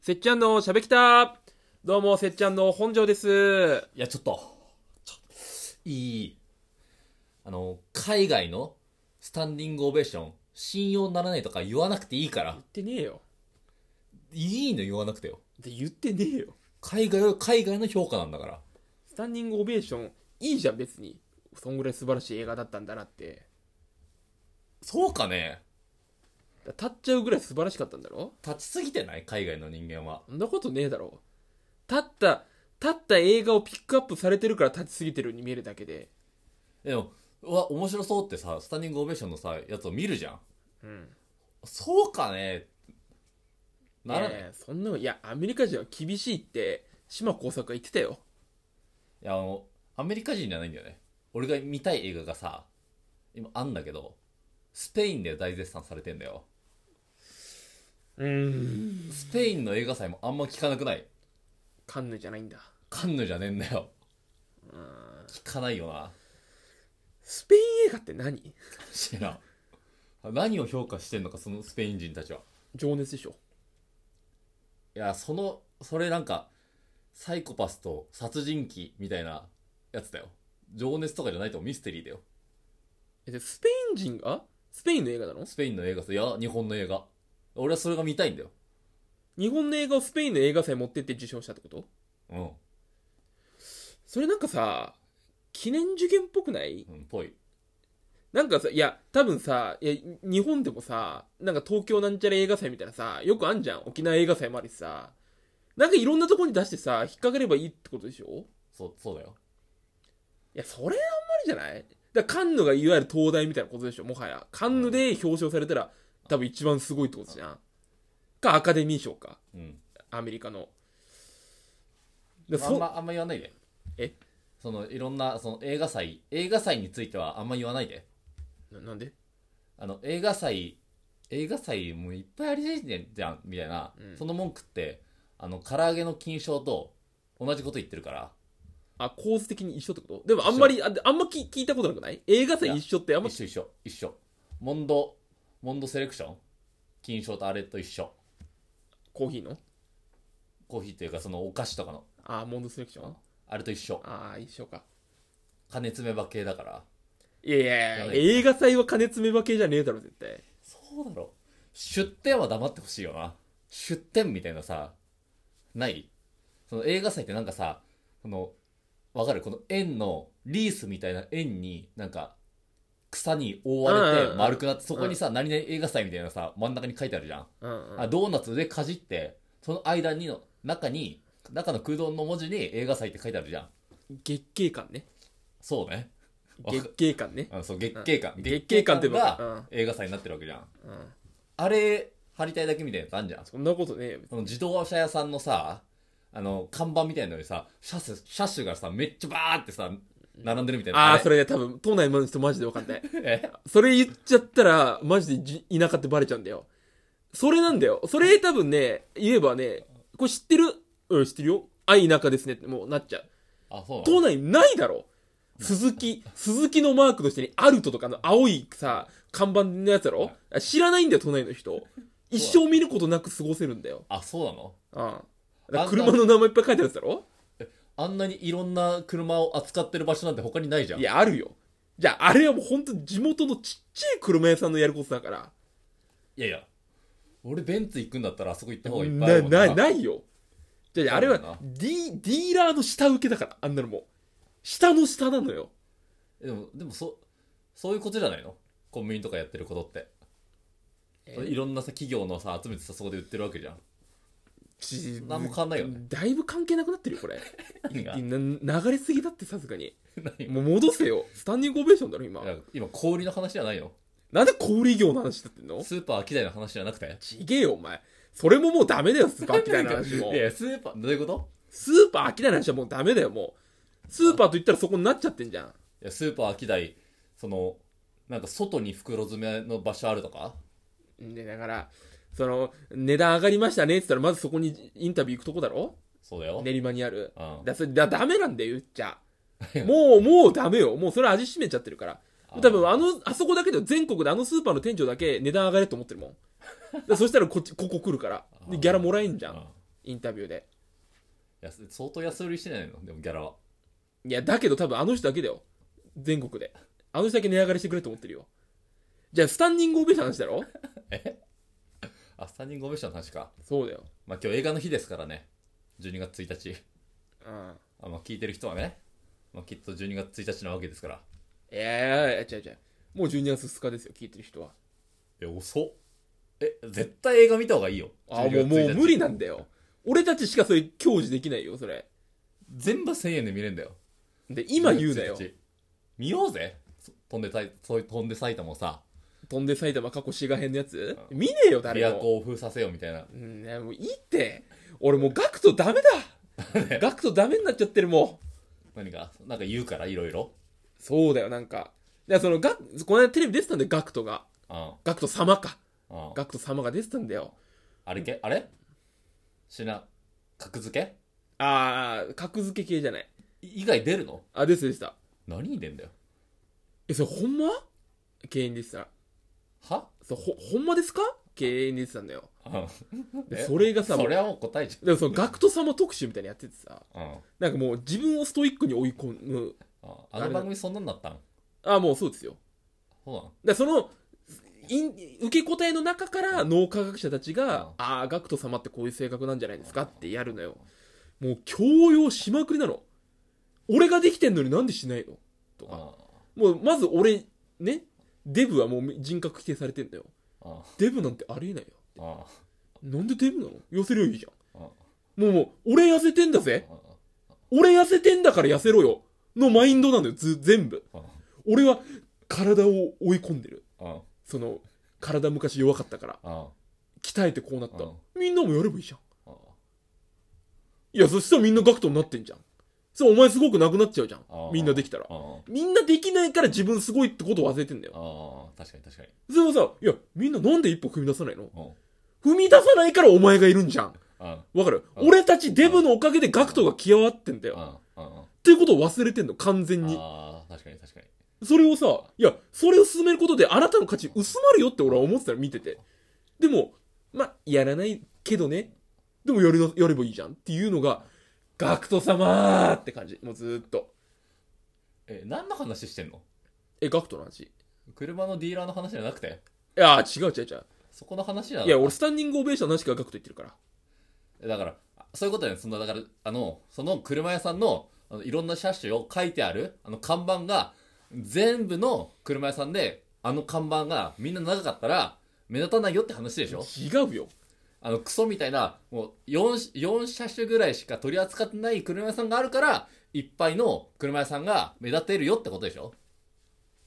せっちゃんのしゃべきたどうも、せっちゃんの本庄です。いや、ちょっと、ちょいい。あの、海外のスタンディングオベーション、信用ならないとか言わなくていいから言っ。てねえよ。いいの言わなくてよ。で言ってねえよ。海外は海外の評価なんだから。スタンディングオベーション、いいじゃん、別に。そんぐらい素晴らしい映画だったんだなって。そうかねだ立っちゃうぐらい素晴らしかったんだろ立ちすぎてない海外の人間は。そんなことねえだろ。立った、立った映画をピックアップされてるから立ちすぎてるように見えるだけで。でも、うわ、面白そうってさ、スタンディングオベーションのさ、やつを見るじゃん。うん。そうかねならない。ねえそんなの、いや、アメリカ人は厳しいって、島耕作が言ってたよ。いや、あの、アメリカ人じゃないんだよね。俺が見たい映画がさ、今あんだけど、スペインで大絶賛されてんだよ。うん。スペインの映画祭もあんま聞かなくないカンヌじゃないんだ。カンヌじゃねえんだよ。うん。聞かないよな。スペイン映画って何知らん。何を評価してんのか、そのスペイン人たちは。情熱でしょ。いや、その、それなんか、サイコパスと殺人鬼みたいなやつだよ。情熱とかじゃないとミステリーだよ。えでスペイン人がスペインの映画なのスペインの映画祭、いや、日本の映画。俺はそれが見たいんだよ。日本の映画をスペインの映画祭持ってって受賞したってことうん。それなんかさ記念受験っぽくないうん、ぽい。なんかさいや多分さいや日本でもさなんか東京なんちゃら映画祭みたいなさよくあんじゃん沖縄映画祭もあるしさなんかいろんなとこに出してさ引っ掛ければいいってことでしょそう、そうだよ。いやそれあんまりじゃないだからカンヌがいわゆる東大みたいなことでしょもはやカンヌで表彰されたら多分一番すごいってことじゃんかアカデミー賞かうん。アメリカのだからあそんま、あんま言わないで。えその、いろんな、その映画祭、映画祭についてはあんま言わないで。ななんであの映画祭映画祭もういっぱいありすぎてんじゃんみたいな、うんその文句ってあの唐揚げの金賞と同じこと言ってるからあ構図的に一緒ってことでもあんまりあであんまき聞いたことなくない映画祭一緒ってあんま一緒一緒一緒モンドモンドセレクション金賞とあれと一緒コーヒーのコーヒーというかそのお菓子とかのあーモンドセレクションあれと一緒ああ一緒か金詰め場系だからいやいやいいやや映画祭は金詰め場系じゃねえだろ絶対そうだろ出店は黙ってほしいよな出店みたいなさないその映画祭ってなんかさそのわかるこの円のリースみたいな円になんか草に覆わうんうんれうてん丸くなってそこにさ何々映画祭みたいなさ真ん中に書いてあるじゃんうんうんあドーナツでかじってその間にの中に中の空洞の文字に映画祭って書いてあるじゃん月経感ねそうねわか月経感ねあのそう月経感月経感ってばが映画祭になってるわけじゃんうんあれ貼りたいだけみたいなやつあんじゃんそんなことねえよその自動車屋さんのさ、あの、看板みたいなのにさ、車種、車種がさ、めっちゃバーってさ、並んでるみたいな。ああれそれね多分都内の人マジで分かんないえそれ言っちゃったらマジでじ田舎ってバレちゃうんだよそれなんだよそれ多分ね言えばねこれ知ってるうん知ってるよあい田舎ですねってもうなっちゃうあ、そうな都の内ないだろ鈴木、鈴木のマークの下にアルトとかの青いさ、看板のやつだろあ知らないんだよ、都内の人。一生見ることなく過ごせるんだよ。あ、そうなうのん。だからあんな車の名前いっぱい書いてあるやつだろあんなにいろんな車を扱ってる場所なんて他にないじゃん。いや、あるよ。じゃあ、あれはもう本当地元のちっちゃい車屋さんのやることだから。いやいや。俺ベンツ行くんだったらあそこ行った方がいっぱいあな、るもんな。な、ないよ。じゃあ、じゃああれそうだはなディ、ディーラーの下請けだから、あんなのもう。下の下なのよ。でも、でもそ、そういうことじゃないのコンビニとかやってることって。えいろんなさ、企業のさ、集めてさ、そこで売ってるわけじゃん。ち何も変わんないよねだいぶ関係なくなってるよ、これ。意味が。 な流れすぎだって、さすがに。何もう戻せよ。スタンディングオベーションだろ、今い。や今、小売りの話じゃないのなんで小売業の話だってんのスーパーアキダイの話じゃなくてちげえよ、お前。それももうダメだよ、スーパーアキダイの話もい。や、スーパー、どういうことスーパーアキダイの話はもうダメだよ、もう。スーパーと言ったらそこになっちゃってんじゃん。いやスーパーアキダイそのなんか外に袋詰めの場所あるとかで、だから、その、値段上がりましたねって言ったら、まずそこにインタビュー行くとこだろそうだよ、練馬にある。うん、だ、それ、だ、ダメなんだよ、言っちゃ。もう、もうダメよ。もうそれ味しめちゃってるから。多分あの、あそこだけで全国であのスーパーの 店長だけ値段上がれと思ってるもん。だそしたらこっち、ここ来るから。で、ギャラもらえんじゃん。あインタビューで安相当安売りしてないのでもギャラはいやだけど多分あの人だけだよ全国であの人だけ値上がりしてくれと思ってるよじゃあスタンディングオベーションの話だろあスタンディングオベーションの話かそうだよまあ今日映画の日ですからね12月1日うんあ、まあ、聞いてる人はね、まあ、きっと12月1日なわけですからいやいやいや違う違うもう12月2日ですよ聞いてる人はえ遅っえ絶対映画見た方がいいよあもう12も月1う日無理なんだよ俺たちしかそれ享受できないよそれ全部1000円で見れんだよで今言うなよ12月1日見ようぜそ飛んでさいそう飛んで埼玉をさ飛んで埼玉過去滋賀編のやつ、う見ねえよ琵誰琶も湖を封鎖せよみたいなうんいやもういいって俺もうガクトダメ だガクトダメになっちゃってるもう何かなんか言うからいろいろそうだよなんかいやそのガこの間テレビ出てたんだよガクトがうんガクト様かうんガクト様が出てたんだよあれけあれしな格付けああ格付け系じゃない以外出るのあですでした何に出んだよえそれほんま経営に出てたはそうほほんまですか経営に出てたんだようんでえそれがさそれはもう答えじでもそのガクト様特集みたいなのやっててさゃんうんなんかもう自分をストイックに追い込むああの番組そんなんだったんああもうそうですよそうなのでそのイン受け答えの中から脳科学者たちが、うんああガクト様ってこういう性格なんじゃないですかってやるのよもう強要しまくりなの俺ができてんのになんでしないのとかもうまず俺ねデブはもう人格否定されてんだようんうんデブなんてありえないようんなんでデブなの痩せりゃいいじゃうんんもうもう俺痩せてんだぜ俺痩せてんだから痩せろよのマインドなのよず全部うん俺は体を追い込んでるうんその体昔弱かったからうん鍛えてこうなった、うんみんなもやればいいじゃんうんいやそしたらみんなガクトになってんじゃんそうお前すごくなくなっちゃうじゃんうんみんなできたらうんうんみんなできないから自分すごいってことを忘れてんだようん確かに確かにそれもさいやみんななんで一歩踏み出さないのうん踏み出さないからお前がいるんじゃんうんわかるうん俺たちデブのおかげでガクトが極わってんだうよんうんうんっていうことを忘れてんの完全にああ確かに確かにそれをさいやそれを進めることであなたの価値薄まるよって俺は思ってたの見ててでもまあやらないけどねでもやれなやればいいじゃんっていうのがガクト様ーって感じもうずーっとえ何の話してんのえガクトの話い車のディーラーの話じゃなくてやー違う違う違うそこの話じゃないいや俺スタンディングオベーションなしからガクト言ってるからだから、あそういうことね、その、だから、あの、その車屋さんの、あのいろんな車種を書いてある、あの看板が、全部の車屋さんで、あの看板がみんな長かったら、目立たないよって話でしょ違うよあの、クソみたいな、もう4、4車種ぐらいしか取り扱ってない車屋さんがあるから、いっぱいの車屋さんが目立っているよってことでしょ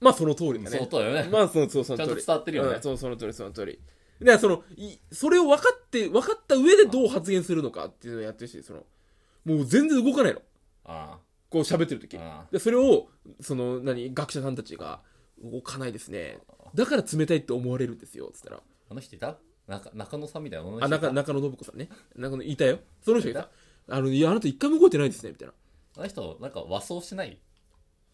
まあその通りだそねうだよね。まあ、その、そう、そのちゃんと通り伝わってるよねうんそう、その通り、その通り。だから、その、い、それを分かって、分かった上でどう発言するのかっていうのをやってるし、その、もう全然動かないの。あこう喋ってる時あ、あで、それを、その、何、学者さんたちが、動かないですね。だから冷たいって思われるんですよ、つったら。あ。あの人いた中中野さんみたいな女の人あ、いた中、中野信子さんね。中野、いたよ。その人がいた。あの、いや、あなた一回も動いてないですね、みたいな。あの人、なんか和装してない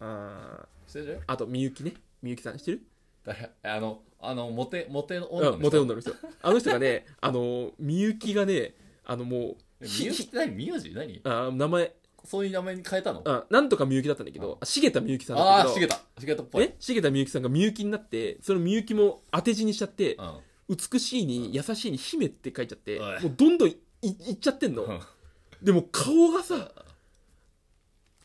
あしてるあと、みゆきね。みゆきさん知ってる誰あの、あの、モテ、モテの女うのん、人。モテ女の人。あの人がね、あの、みゆきがね、あの、もう、えみゆきって何名字何あー名前、そういう名前に変えたのうん、なんとかみゆきだったんだけど、あ茂田みゆきさんだったあけあ、ど、しげた。しげたっぽい。え茂田みゆきさんがみゆきになって、そのみゆきも当て字にしちゃってう、ん。 美しいに優しいに姫って書いちゃって、おいもうどんどんいいっちゃってんの。うんでも顔がさ、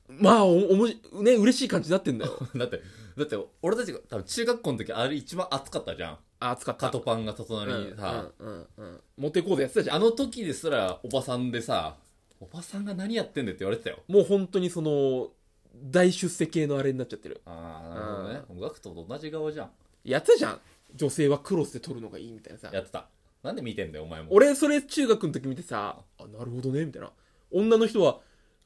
まあ、おおもし、ね、嬉しい感じになってんだよ。だって、だって、俺たちが、多分中学校の時、あれ一番暑かったじゃん。あー、使った。カトパンがう隣ん、にさ。うん、うん、うん。モテ講座やってたじゃん。あの時ですら、おばさんでさ、おばさんが何やってんだよって言われてたよ。もう本当にその、大出世系のあれになっちゃってる。ああ、なるほどね。もうガクトと同じ側じゃん。やってたじゃん。女性はクロスで撮るのがいいみたいなさ。やってた。なんで見てんだよ、お前も。俺それ中学の時見てさあなるほどねみたいな女の人は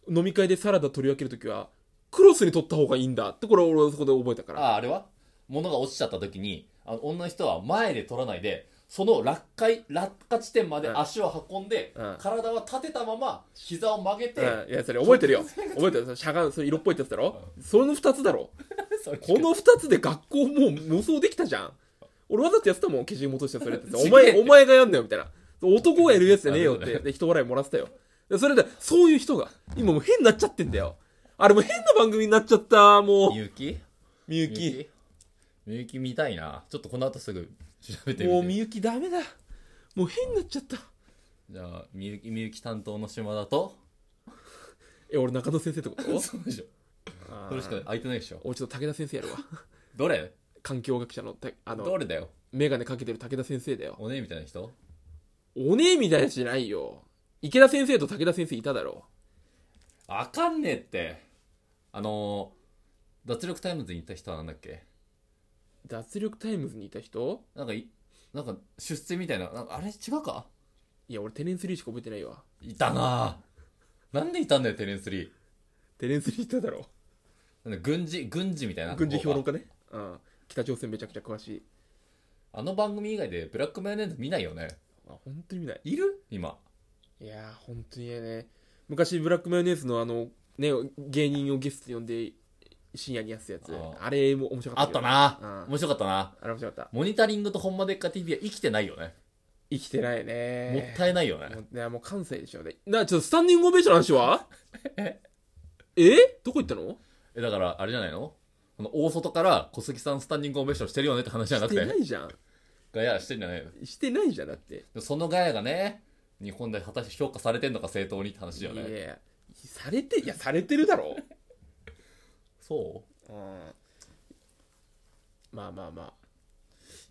飲み会でサラダ取り分ける時はクロスに取った方がいいんだってこれ俺はそこで覚えたからああ、あれは物が落ちちゃった時に、あの女の人は前で取らないで、その落下い、落下地点までうん足を運んで、うん体は立てたまま、膝を曲げて、うん、い やそれ覚えてるよ覚えてるそのしゃがんそれ色っぽいってやつだろ、その2つだろ それこの2つで学校もう妄想できたじゃん俺わざとやってたもん消し戻してそれって すげえお前お前がやんなよみたいな男がやるやつじゃねえよって、で、人笑いもらってたよ。でそれで、そういう人が、今もう変になっちゃってんだよ。あれもう変な番組になっちゃった、もう。みゆきみゆき。みゆき見たいな。ちょっとこの後すぐ調べてみて。もうみゆきダメだ。もう変になっちゃった。じゃあ、みゆき、みゆき担当の島田と、え、俺中野先生ってことそうでしょ。そ それしか空いてないでしょ。俺ちょっと武田先生やるわ。どれ環境学者の、たあどの、れだよ。メガネかけてる武田先生だよ。おねえみたいな人おねえみたいなやつじゃないよ。池田先生と武田先生いただろあかんねえって。あのー、脱力タイムズに行った人はなんだっけう。脱力タイムズにいた人なんかい、なんか出世みたいな、なんかあれ違うかいや、俺テレンスリーしか覚えてないわ。いたなぁ。なんでいたんだよ、テレンスリー。テレンスリーいただろなんか軍事、軍事みたいな。軍事評論家ね。うん。北朝鮮めちゃくちゃ詳しい。あの番組以外でブラックマヨネーズ見ないよね。あ、本当に見ない。いる今。いやー、本当にね。昔、ブラックマヨネーズのあの、ね、芸人をゲストに呼んで、深夜にやってたやつ。ああれも面白かあっったたけど。なうん面白かったなあれ面白かった。モニタリングとほんまでっか TV は生きてないよね。生きてないね。もったいないよね。もうね、もう関西でしょうね。な、ちょっとスタンディングオベーションの話 はえどこ行ったのえ、だから、あれじゃないのこの大外から小杉さんスタンディングオベーションしてるよねって話じゃなしくててな。いじゃん。ガヤしてんじゃないのしてないじゃん、だって。でそのガヤがね、日本で果たして評価されてんのか正当にって話いだよね。や、されて、いや、されてるだろ。そうん。まあまあまあ。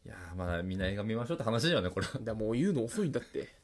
ういやーまあみんな映画見ましょうって話だよね、これ。だからもう言うの遅いんだって。